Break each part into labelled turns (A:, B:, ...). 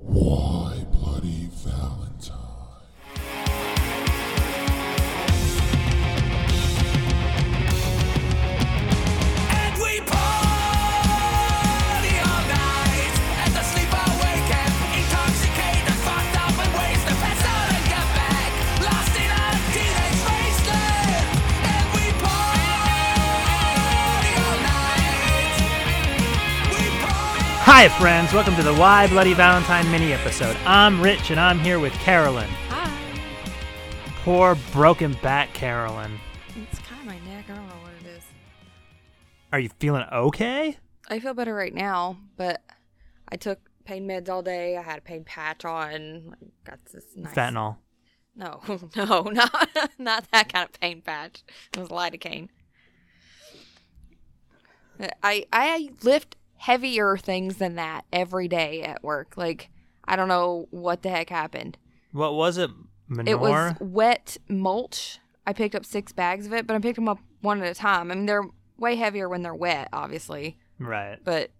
A: Why Bloody Valentine?
B: And we party all night, and the sleeper wake up, intoxicated, fucked up, and ways to pass out and get back, lost in a teenage wasteland. And we party all night. We party.
C: Hi, friends. Welcome to the Why Bloody Valentine mini episode. I'm Rich, and I'm here with Carolyn.
D: Hi.
C: Poor broken back Carolyn.
D: It's kind of my neck. I don't know what it is.
C: Are you feeling okay?
D: I feel better right now, but I took pain meds all day. I had a pain patch on. I got this nice.
C: Fentanyl.
D: No, no, not, not that kind of pain patch. It was lidocaine. Uh, I, I lift heavier things than that every day at work. Like, I don't know what the heck happened.
C: What was it? Manure?
D: It was wet mulch. I picked up six bags of it, but I picked them up one at a time. I mean, they're way heavier when they're wet, obviously,
C: right.
D: but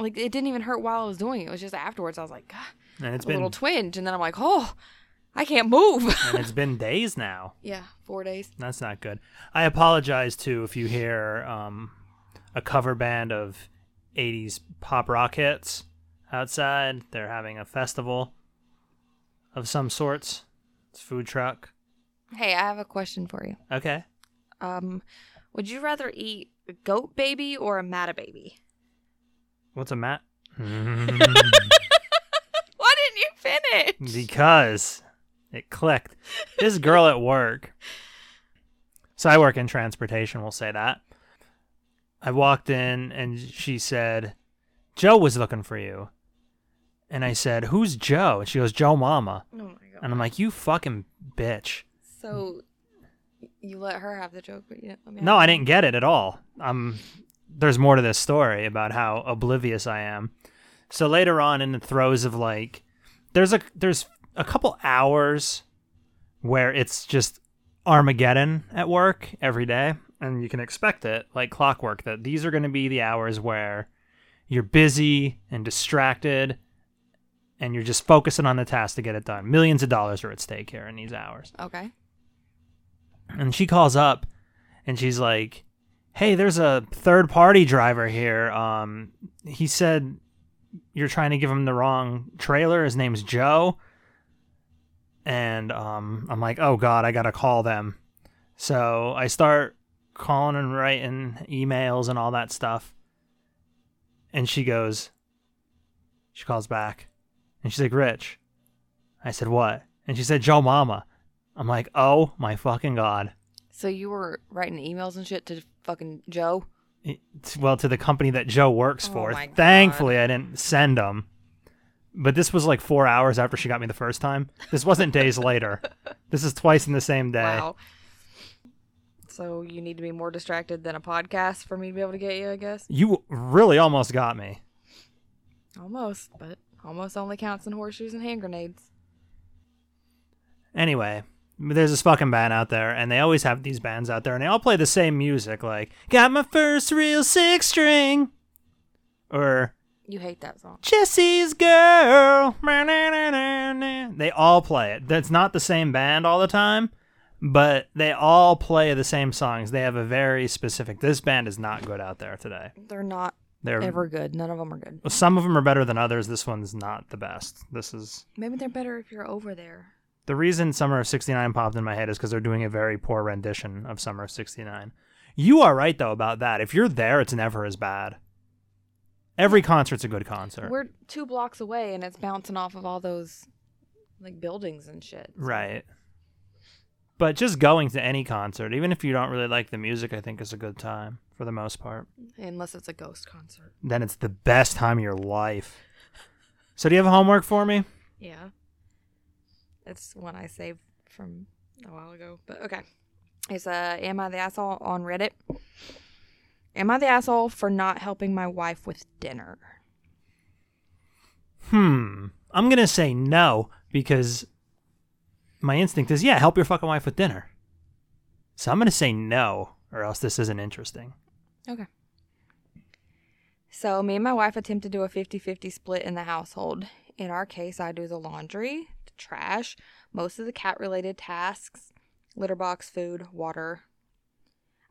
D: like it didn't even hurt while I was doing it. It was just afterwards I was like, "Ah,"
C: And it's
D: a
C: been
D: little twinge, and then I'm like, oh, I can't move.
C: and it's been days now.
D: yeah, four days.
C: That's not good. I apologize too if you hear um, a cover band of 80s pop rock hits outside. They're having a festival of some sorts. It's food truck.
D: Hey, I have a question for you.
C: Okay.
D: Um, would you rather eat a goat baby or a matta baby?
C: What's a mat?
D: Why didn't you finish?
C: because it clicked. This girl at work. So I work in transportation, we'll say that. I walked in and she said, Joe was looking for you. And I said, Who's Joe? And she goes, Joe Mama.
D: Oh my god!
C: And I'm like, You fucking bitch.
D: So you let her have the joke, but you didn't let me.
C: No,
D: have
C: I
D: it.
C: didn't get it at all. Um, there's more to this story about how oblivious I am. So later on, in the throes of like, there's a there's a couple hours where it's just Armageddon at work every day, and you can expect it like clockwork that these are going to be the hours where you're busy and distracted, and you're just focusing on the task to get it done. Millions of dollars are at stake here in these hours.
D: Okay.
C: And she calls up and she's like, Hey, there's a third party driver here. Um, he said you're trying to give him the wrong trailer. His name's Joe. And um, I'm like, Oh God, I got to call them. So I start calling and writing emails and all that stuff. And she goes, She calls back and she's like, Rich. I said, What? And she said, Joe Mama. I'm like, Oh my fucking God.
D: So you were writing emails and shit to fucking Joe.
C: It's- well to the company that Joe works
D: Oh
C: for.
D: my God.
C: Thankfully, I didn't send them. But this was like four hours after she got me the first time. This wasn't days later. This is twice in the same day.
D: Wow. So you need to be more distracted than a podcast for me to be able to get you, I guess.
C: You really almost got me.
D: Almost, but almost only counts in horseshoes and hand grenades.
C: Anyway, there's this fucking band out there, and they always have these bands out there, and they all play the same music, like "Got My First Real Six String," or
D: You hate that song.
C: Jesse's girl. They all play it. That's not the same band all the time, but they all play the same songs. They have a very specific. This band is not good out there today.
D: They're not
C: They're
D: ever good. None of them are good.
C: some of them are better than others. This one's not the best. This is
D: Maybe they're better if you're over there.
C: the reason Summer of '69 popped in my head is because they're doing a very poor rendition of Summer of '69. You are right though about that. If you're there, it's never as bad. Every concert's a good concert.
D: We're two blocks away and it's bouncing off of all those like buildings and shit.
C: Right. But just going to any concert, even if you don't really like the music, I think is a good time for the most part.
D: Unless it's a ghost concert.
C: Then it's the best time of your life. So do you have homework for me?
D: Yeah. It's one I saved from a while ago. But okay. It's uh Am I the Asshole on Reddit? Am I the asshole for not helping my wife with dinner?
C: hmm, I'm going to say no because my instinct is, yeah, help your fucking wife with dinner. So I'm going to say no or else this isn't interesting.
D: Okay. So, me and my wife attempt to do a 50 50 split in the household. In our case, I do the laundry, the trash, most of the cat related tasks, litter box, food, water.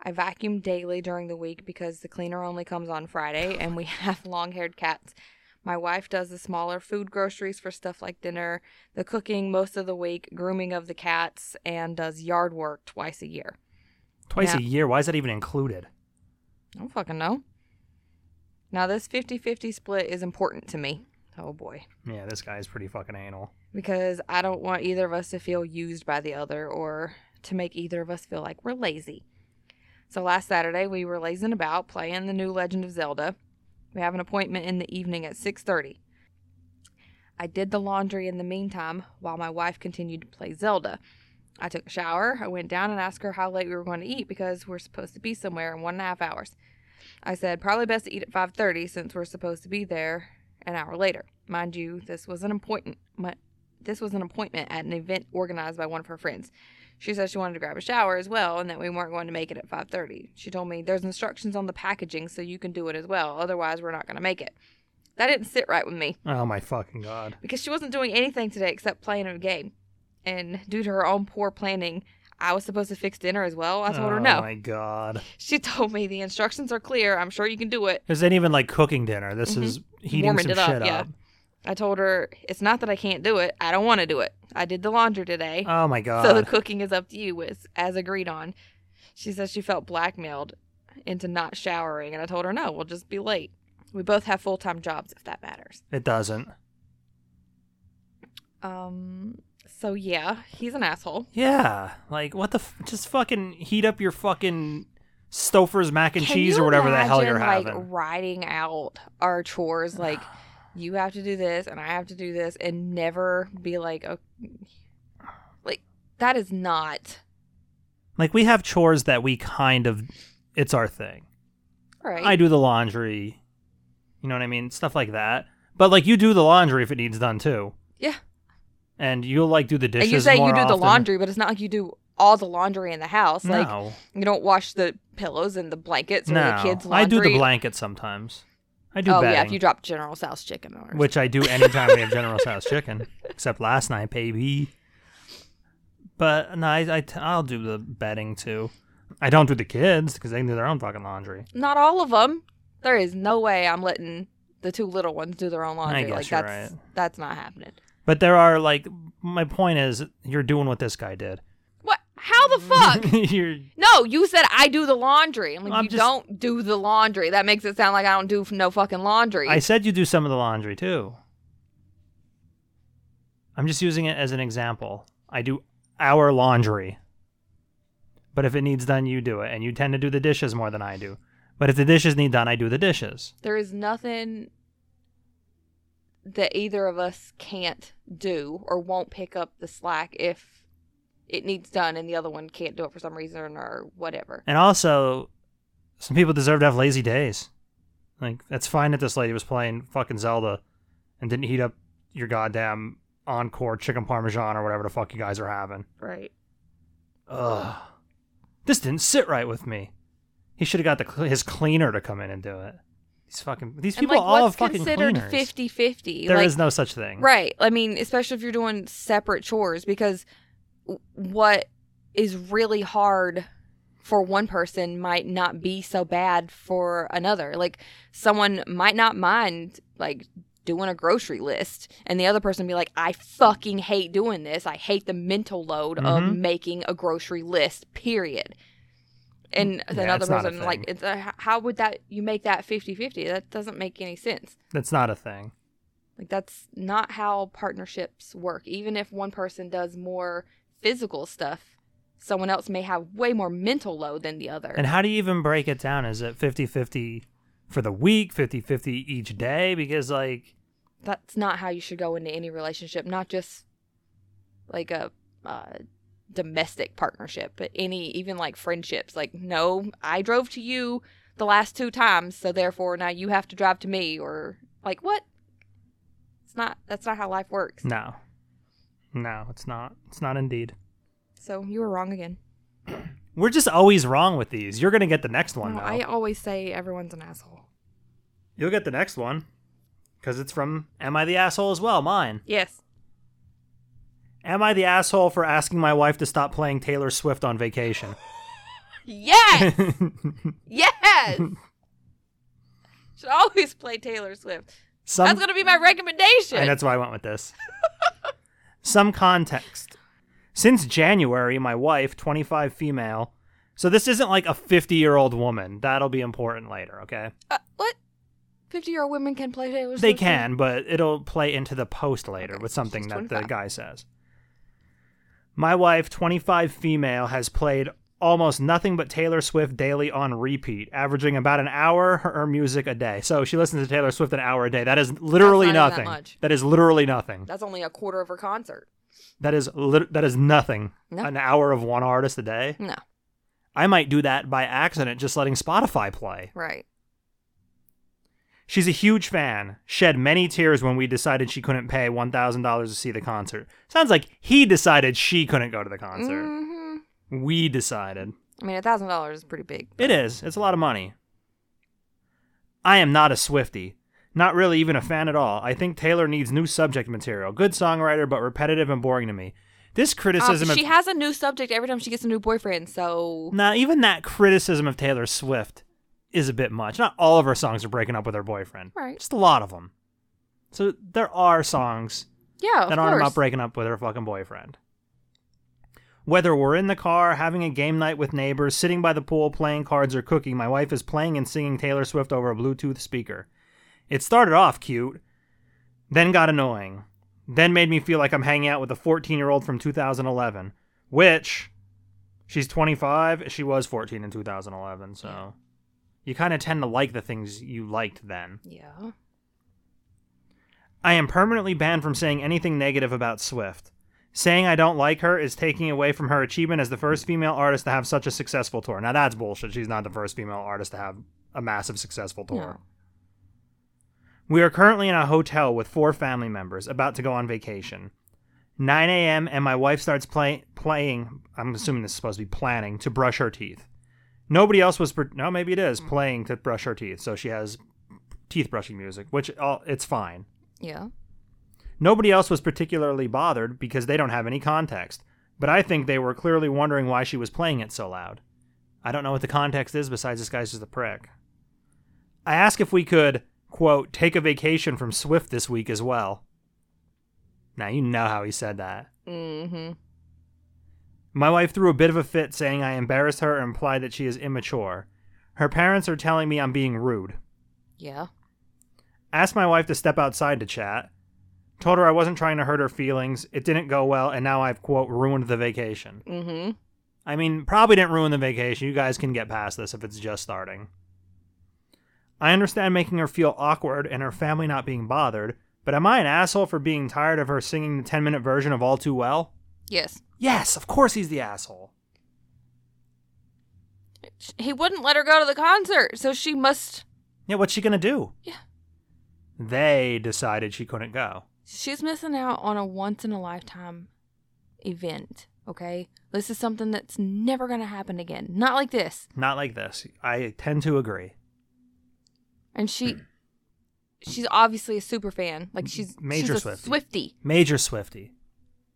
D: I vacuum daily during the week because the cleaner only comes on Friday and we have long haired cats. My wife does the smaller food groceries for stuff like dinner, the cooking most of the week, grooming of the cats, and does yard work twice a year.
C: Twice a
D: Yeah.
C: year, why is that even included?
D: I don't fucking know. Now, this 50 50 split is important to me. Oh boy.
C: Yeah, this guy is pretty fucking anal.
D: Because I don't want either of us to feel used by the other or to make either of us feel like we're lazy. So last Saturday we were lazing about playing the new Legend of Zelda. We have an appointment in the evening at 6:30. I did the laundry in the meantime while my wife continued to play Zelda. I took a shower. I went down and asked her how late we were going to eat because we're supposed to be somewhere in one and a half hours. I said probably best to eat at 5:30 since we're supposed to be there an hour later. Mind you, this was an appointment. My, this was an appointment at an event organized by one of her friends. She said she wanted to grab a shower as well, and that we weren't going to make it at 5:30. She told me there's instructions on the packaging, so you can do it as well. Otherwise, we're not going to make it. That didn't sit right with me
C: Oh my fucking god.
D: because she wasn't doing anything today except playing a game. And due to her own poor planning, I was supposed to fix dinner as well. I told her
C: Oh
D: no.
C: my god.
D: She told me the instructions are clear. I'm sure you can do it.
C: This ain't even like cooking dinner. This is heating
D: Mm-hmm. Warming
C: some
D: it
C: shit
D: up,
C: up.
D: yeah. I told her it's not that I can't do it. I don't want to do it. I did the laundry today.
C: Oh my god.
D: So the cooking is up to you, as, as agreed on. She says she felt blackmailed into not showering, and I told her no, we'll just be late. We both have full time jobs, if that matters.
C: it doesn't.
D: Um. So yeah, he's an asshole.
C: Yeah. Like what the f- just fucking heat up your fucking Stouffer's mac and
D: Can
C: cheese
D: you
C: or whatever the hell you're
D: imagine, like,
C: having.
D: Writing out our chores, like you have to do this and I have to do this, and never be like, oh, like that is not
C: Like we have chores that we kind of it's our thing.
D: right.
C: I do the laundry. You know what I mean? Stuff like that. But like you do the laundry if it needs done too.
D: yeah,
C: And you'll like do the dishes.
D: and you say you
C: more
D: do the
C: often.
D: laundry, but it's not like you do all the laundry in the house. Like
C: no.
D: You don't wash the pillows and the blankets or
C: no.
D: the kids'
C: I
D: laundry.
C: do the blankets sometimes. I do
D: Oh
C: bedding.
D: yeah, if you drop General Tso's chicken or
C: which I do anytime we have General Tso's chicken, except last night, baby. But no, I, I t- I'll do the bedding too. I don't do the kids because they can do their own fucking laundry.
D: not all of them. There is no way I'm letting the two little ones do their own laundry.
C: guess
D: like
C: you're
D: that's that's not happening.
C: But there are like, my point is, you're doing what this guy did.
D: What? How the fuck?
C: you're
D: no, you said I do the laundry. I'm like
C: I'm
D: you
C: just-
D: don't do the laundry. That makes it sound like I don't do f- no fucking laundry.
C: I said you do some of the laundry too. I'm just using it as an example. I do our laundry. But if it needs done, you do it. And you tend to do the dishes more than I do. But if the dishes need done, I do the dishes.
D: there is nothing that either of us can't do or won't pick up the slack if it needs done and the other one can't do it for some reason or whatever.
C: And also, some people deserve to have lazy days. Like, that's fine that this lady was playing fucking Zelda and didn't heat up your goddamn encore chicken parmesan or whatever the fuck you guys are having.
D: Right.
C: Ugh. This didn't sit right with me. He should have got the cl- his cleaner to come in and do it. These fucking these
D: And
C: people
D: like
C: all have
D: what's
C: fucking
D: considered
C: cleaners.
D: 50-50?
C: There
D: like,
C: is no such thing.
D: Right. I mean, especially if you're doing separate chores because w- what is really hard for one person might not be so bad for another. Like someone might not mind like doing a grocery list and the other person be like I fucking hate doing this. I hate the mental load of
C: Mhm.
D: making a grocery list. Period. And
C: Yeah,
D: another
C: it's not a
D: person like
C: thing.
D: it's a, h- how would that you make that 50-50? That doesn't make any sense.
C: That's not a thing.
D: Like that's not how partnerships work. Even if one person does more physical stuff, someone else may have way more mental load than the other.
C: And how do you even break it down? Is it 50-50 for the week, 50-50 each day? Because like
D: that's not how you should go into any relationship, not just like a uh, domestic partnership, but any even like friendships. Like, no, I drove to you the last two times, so therefore now you have to drive to me or like what? It's not that's not how life works.
C: No. No, it's not. It's not indeed.
D: So you were wrong again.
C: We're just always wrong with these. You're gonna get the next one
D: No,
C: though.
D: I always say everyone's an asshole.
C: You'll get the next one. Cause it's from Am I the Asshole as well? Mine.
D: Yes.
C: Am I the asshole for asking my wife to stop playing Taylor Swift on vacation?
D: Yes. yes. Should always play Taylor Swift.
C: Some
D: that's gonna be my recommendation.
C: And that's why I went with this. Some context. Since January, my wife, 25 female, so this isn't like a 50 year old woman. That'll be important later, okay?
D: uh, what? Fifty-year-old women can play Taylor Swift.
C: They can, but it'll play into the post later
D: Okay,
C: with something
D: she's
C: that the
D: 25.
C: guy says. My wife, 25 female, has played almost nothing but Taylor Swift daily on repeat, averaging about an hour her music a day. So she listens to Taylor Swift an hour a day. That is literally
D: not
C: nothing.
D: even that much.
C: that is literally nothing.
D: That's only a quarter of her concert.
C: That is lit- that is nothing.
D: No.
C: An hour of one artist a day.
D: No.
C: I might do that by accident, just letting Spotify play.
D: Right.
C: She's a huge fan. Shed many tears when we decided she couldn't pay one thousand dollars to see the concert. Sounds like he decided she couldn't go to the concert.
D: hmm
C: We decided.
D: I mean, a thousand dollars is pretty big.
C: It is. It's a lot of money. I am not a Swifty. Not really even a fan at all. I think Taylor needs new subject material. Good songwriter, but repetitive and boring to me. This criticism
D: Um,
C: of Mm-hmm.
D: she has a new subject every time she gets a new boyfriend, so
C: Now, even that criticism of Taylor Swift is a bit much. Not all of her songs are breaking up with her boyfriend.
D: Right.
C: Just a lot of them. So there are songs
D: yeah,
C: that
D: of
C: aren't
D: course.
C: about breaking up with her fucking boyfriend. Whether we're in the car, having a game night with neighbors, sitting by the pool, playing cards, or cooking, my wife is playing and singing Taylor Swift over a Bluetooth speaker. It started off cute, then got annoying, then made me feel like I'm hanging out with a 14 year old from 2011, which she's 25, she was 14 in 2011, so you kind of tend to like the things you liked then.
D: Yeah,
C: I am permanently banned from saying anything negative about Swift. Saying I don't like her is taking away from her achievement as the first female artist to have such a successful tour. Now that's bullshit. She's not the first female artist to have a massive successful tour. We are currently in a hotel with four family members about to go on vacation. 9 a.m. and my wife starts play- playing. I'm assuming this is supposed to be planning to brush her teeth. Nobody else was. per- no, maybe it is playing to brush her teeth. So she has teeth brushing music, which all it's fine.
D: yeah.
C: Nobody else was particularly bothered because they don't have any context, but I think they were clearly wondering why she was playing it so loud. I don't know what the context is besides this guy's just a prick. I ask if we could, quote, take a vacation from Swift this week as well. Now you know how he said that.
D: Mm-hmm.
C: My wife threw a bit of a fit saying I embarrassed her and implied that she is immature. Her parents are telling me I'm being rude.
D: Yeah.
C: Asked my wife to step outside to chat. Told her I wasn't trying to hurt her feelings. It didn't go well, and now I've, quote, ruined the vacation.
D: Mm-hmm.
C: I mean, probably didn't ruin the vacation. You guys can get past this if it's just starting. I understand making her feel awkward and her family not being bothered, but am I an asshole for being tired of her singing the 10 minute version of All Too Well?
D: Yes.
C: Yes, of course he's the asshole.
D: Sh- He wouldn't let her go to the concert, so she must.
C: Yeah, what's she gonna do?
D: Yeah.
C: They decided she couldn't go.
D: She's missing out on a once in a lifetime event. Okay, this is something that's never gonna happen again. Not like this.
C: Not like this. I tend to agree.
D: And she, she's obviously a super fan. Like she's
C: Major
D: she's a
C: Swiftie.
D: Swifty.
C: Major Swifty.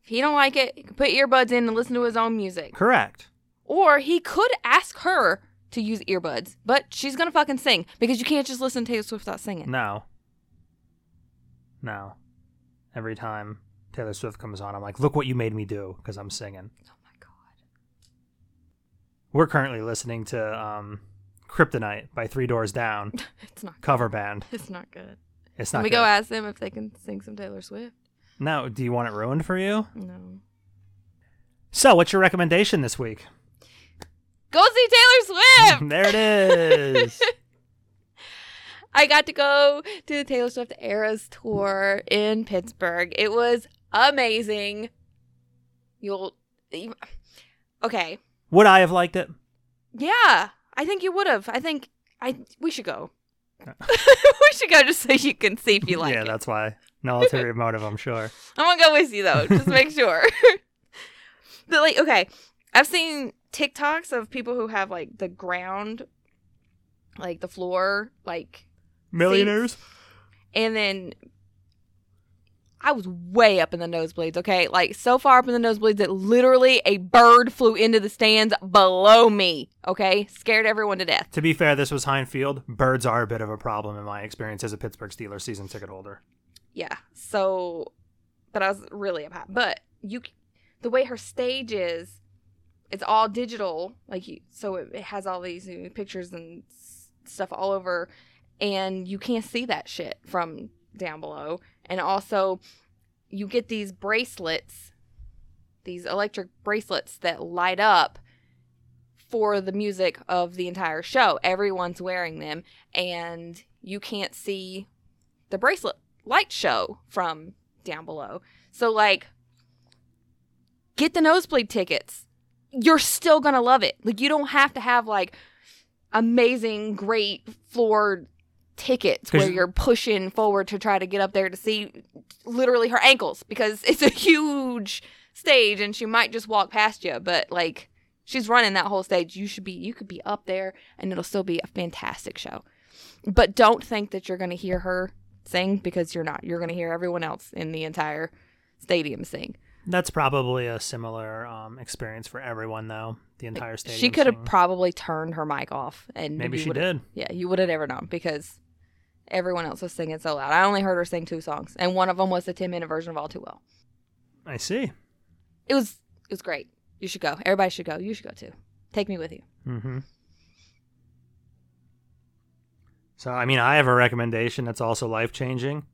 D: If he don't like it, he can put earbuds in and listen to his own music.
C: Correct.
D: Or he could ask her to use earbuds, but she's gonna fucking sing because you can't just listen to Taylor Swift without singing.
C: No. No. Every time Taylor Swift comes on, I'm like, look what you made me do because I'm singing.
D: Oh my god.
C: We're currently listening to um, Kryptonite by Three Doors Down,
D: It's not
C: cover band.
D: it's not good.
C: It's
D: Can
C: not
D: we
C: good.
D: go ask them if they can sing some Taylor Swift?
C: no, do you want it ruined for you?
D: No.
C: So, what's your recommendation this week?
D: Go see Taylor Swift!
C: there it is.
D: I got to go to the Taylor Swift Eras tour in Pittsburgh. It was amazing. You'll you- Okay.
C: Would I have liked it?
D: Yeah, I think you would have. I think I we should go. we should go just so you can see if you like
C: yeah,
D: it.
C: that's why. an ulterior motive, I'm sure.
D: I'm gonna go with you though, just make sure. but like, okay, I've seen TikToks of people who have like the ground, like the floor, like, Millionaires? and then I was way up in the nosebleeds. Okay, like so far up in the nosebleeds that literally a bird flew into the stands below me. Okay, scared everyone to death.
C: To be fair, this was Heinz Field. Birds are a bit of a problem in my experience as a Pittsburgh Steelers season ticket holder.
D: yeah so but i was really up high but you c- the way her stage is it's all digital like you so it, it has all these you know, pictures and s- stuff all over and you can't see that shit from down below and also you get these bracelets these electric bracelets that light up for the music of the entire show everyone's wearing them and you can't see the bracelet light show from down below. So like get the nosebleed tickets. You're still going to love it. Like you don't have to have like amazing great floor tickets
C: 'Cause-
D: where you're pushing forward to try to get up there to see literally her ankles because it's a huge stage and she might just walk past you, but like she's running that whole stage. You should be you could be up there and it'll still be a fantastic show. But don't think that you're going to hear her sing because you're not. You're going to hear everyone else in the entire stadium sing.
C: That's probably a similar um, experience for everyone, though. The entire stadium.
D: she could have
C: singing.
D: probably turned her mic off and
C: Maybe
D: you
C: she
D: would've-
C: did.
D: Yeah, you would have never known because everyone else was singing so loud. I only heard her sing two songs, and one of them was the 10 minute version of All Too Well.
C: I see.
D: It was it was great. You should go. Everybody should go. You should go too. Take me with you.
C: Mm-hmm. So, I mean, I have a recommendation that's also life changing.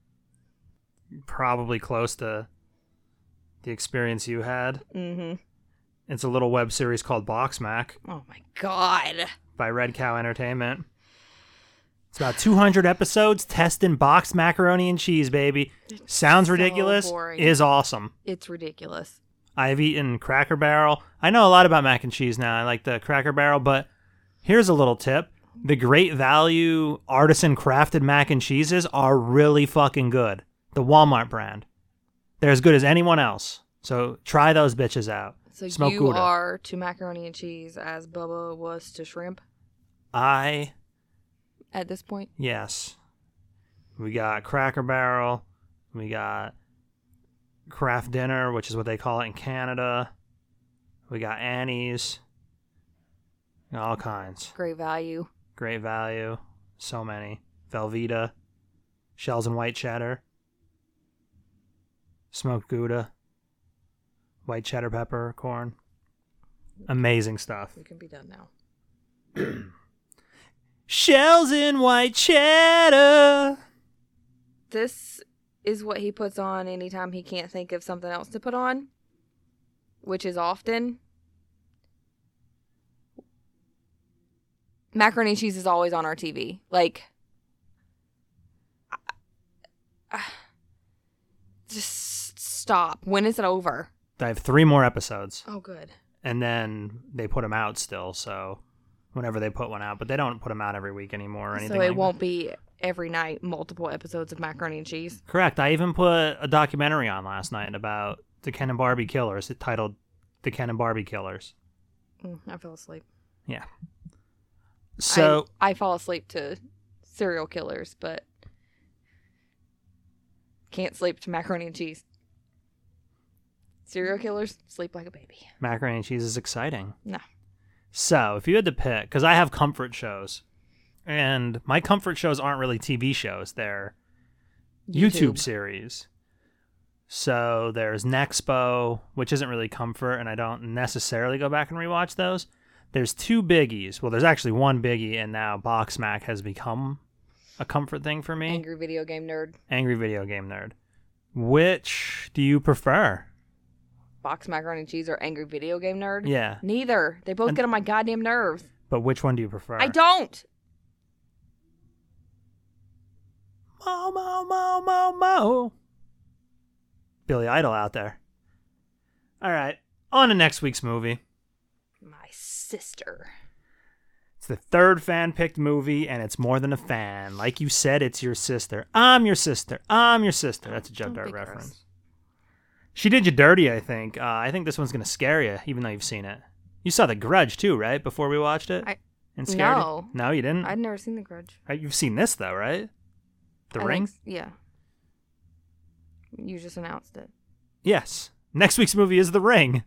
C: Probably close to the experience you had.
D: hmm
C: It's a little web series called Box Mac
D: Oh my god.
C: by Red Cow Entertainment. It's about 200 episodes testing boxed macaroni and cheese, baby. Sounds
D: so
C: ridiculous,
D: boring.
C: is awesome.
D: It's ridiculous.
C: I've eaten Cracker Barrel. I know a lot about mac and cheese now. I like the Cracker Barrel, but here's a little tip. The great value artisan crafted mac and cheeses are really fucking good. The Walmart brand. They're as good as anyone else. So try those bitches out.
D: So
C: Smoke
D: you
C: Gouda.
D: are to macaroni and cheese as Bubba was to shrimp
C: I
D: at this point.
C: Yes. We got Cracker Barrel. We got Kraft Dinner, which is what they call it in Canada. We got Annie's. All kinds.
D: Great value.
C: Great value. So many. Velveeta. Shells and white cheddar. Smoked Gouda. White cheddar pepper corn. Amazing stuff.
D: We can be done now.
C: Shells and white cheddar.
D: This is what he puts on anytime he can't think of something else to put on, which is often. Macaroni and cheese is always on our TV. Like, just stop. When is it over?
C: I have three more episodes.
D: Oh, good.
C: and then they put them out still. So whenever they put one out, but they don't put them out every week anymore or anything.
D: So
C: like
D: it
C: that.
D: won't be every night multiple episodes of macaroni and cheese.
C: Correct. I even put a documentary on last night about the Ken and Barbie Killers. It titled "The Ken and Barbie Killers."
D: Mm, I fell asleep.
C: Yeah. So
D: I, I fall asleep to serial killers, but can't sleep to macaroni and cheese. Serial killers sleep like a baby.
C: macaroni and cheese is exciting.
D: No.
C: So if you had to pick, because I have comfort shows, and my comfort shows aren't really TV shows; they're YouTube, series. So there's Nexpo, which isn't really comfort, and I don't necessarily go back and rewatch those. There's two biggies. Well, there's actually one biggie, and now Box Mac has become a comfort thing for me.
D: Angry video game nerd.
C: Angry video game nerd. Which do you prefer?
D: Box macaroni and cheese or angry video game nerd?
C: Yeah,
D: Neither. They both
C: And-
D: get on my goddamn nerves.
C: but which one do you prefer?
D: I don't.
C: Mo mo mo mo mo. Billy Idol out there. All right, on to next week's movie.
D: My sister.
C: It's the third fan picked movie, and it's more than a fan. Like you said, it's your sister. I'm your sister. I'm your sister. That's a Jump
D: Don't
C: Dart
D: be gross.
C: reference. She did you dirty, I think. Uh, I think this one's gonna scare you, even though you've seen it. You saw The Grudge too, right? Before we watched it,
D: I-
C: and scared you?
D: No.
C: No, you didn't.
D: I'd never seen The Grudge.
C: Uh, You've seen this though, right? The
D: I think
C: Ring.
D: s- Yeah. You just announced it.
C: Yes. Next week's movie is The Ring.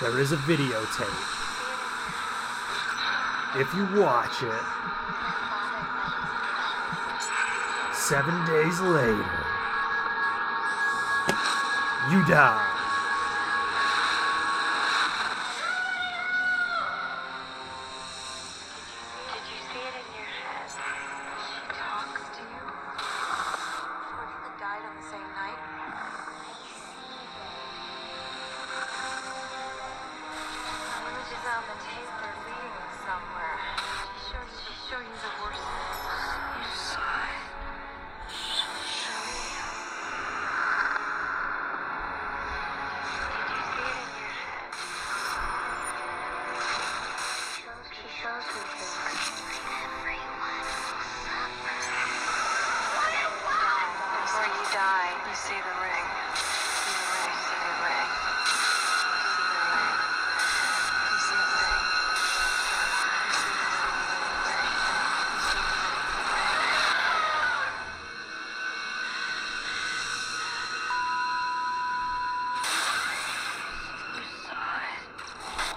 C: There is a videotape. If you watch it, seven days later, you die.
E: Did you see it in your head? She talked to you? Or that died on the same night? Images on the tape are leading somewhere. She showed, she showed you the worst. You saw it. Show me. Did you see it in your head? She shows she shows me things. Everyone will suffer. Before you die, you see the ring. You see the ring. You see the ring. You see the ring. You see the ring. You see the ring. You saw it.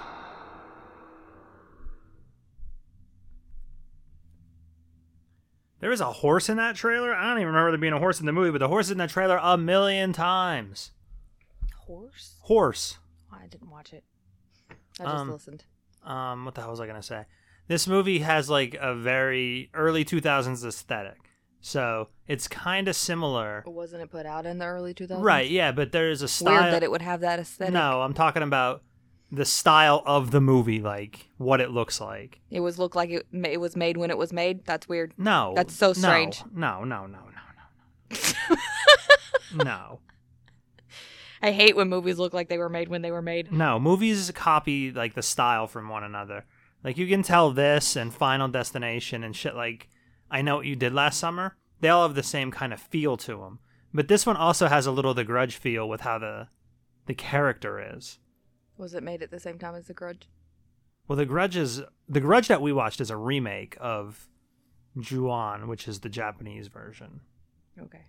C: There is a horse in that trailer. I don't even remember there being a horse in the movie, but the horse is in that trailer a million times.
D: Horse?
C: Horse.
D: I didn't watch it. I just
C: Um,
D: listened.
C: Um, what the hell was I gonna say? This movie has like a very early 2000s aesthetic, so it's kind of similar.
D: Wasn't it put out in the early 2000s?
C: Right? Yeah, but there is a style.
D: Oh, Weird that it would have that aesthetic.
C: no, I'm talking about the style of the movie, like what it looks like.
D: It was looked like it, ma- it was made when it was made. That's weird.
C: No,
D: That's so
C: no,
D: strange.
C: No, no, no, no, no, no. no.
D: I hate when movies look like they were made when they were made.
C: No, movies copy like the style from one another. Like you can tell this and Final Destination and shit like I know what you did last summer. They all have the same kind of feel to them. But this one also has a little of the grudge feel with how the the character is.
D: Was it made at the same time as The Grudge?
C: Well, the grudge is the grudge that we watched is a remake of Juon, which is the Japanese version.
D: Okay.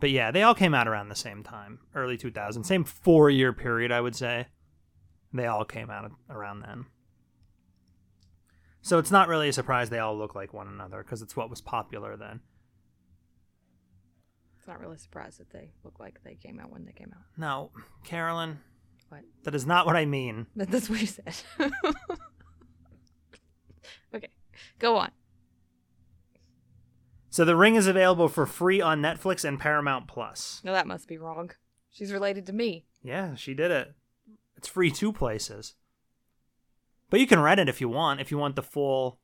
C: But yeah, they all came out around the same time, early 2000, same four year period, I would say. They all came out around then. So it's not really a surprise they all look like one another because it's what was popular then.
D: It's not really surprised that they look like they came out when they came out.
C: No, Carolyn,
D: What?
C: that is not what I mean.
D: But that's what you said. okay. Go on.
C: So The Ring is available for free on Netflix and Paramount Plus.
D: No, that must be wrong. She's related to me.
C: Yeah, she did it. It's free two places. But you can rent it if you want, if you want the full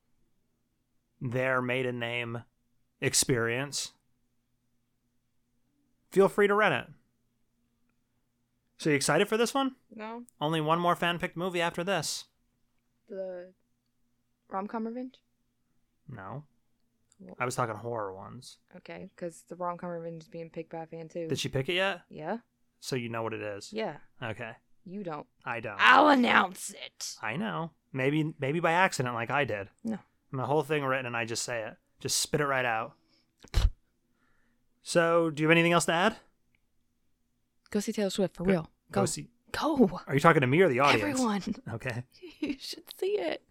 C: their maiden name experience. Feel free to rent it. So you excited for this one?
D: No?
C: Only one more fan picked movie after this.
D: The rom com revenge?
C: No. I was talking horror ones.
D: Okay, because the rom com revenge is being picked by a fan too.
C: Did she pick it yet?
D: Yeah?
C: So you know what it is.
D: Yeah.
C: Okay.
D: You don't.
C: I don't.
D: I'll announce it.
C: I know. Maybe maybe by accident like I did.
D: No.
C: And the whole thing written and I just say it. Just spit it right out. So, do you have anything else to add?
D: Go see Taylor Swift for real. Go.
C: Go see.
D: Go.
C: Are you talking to me or the audience?
D: Everyone.
C: Okay.
D: you should see it.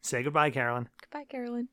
C: Say goodbye, Carolyn.
D: Goodbye, Carolyn.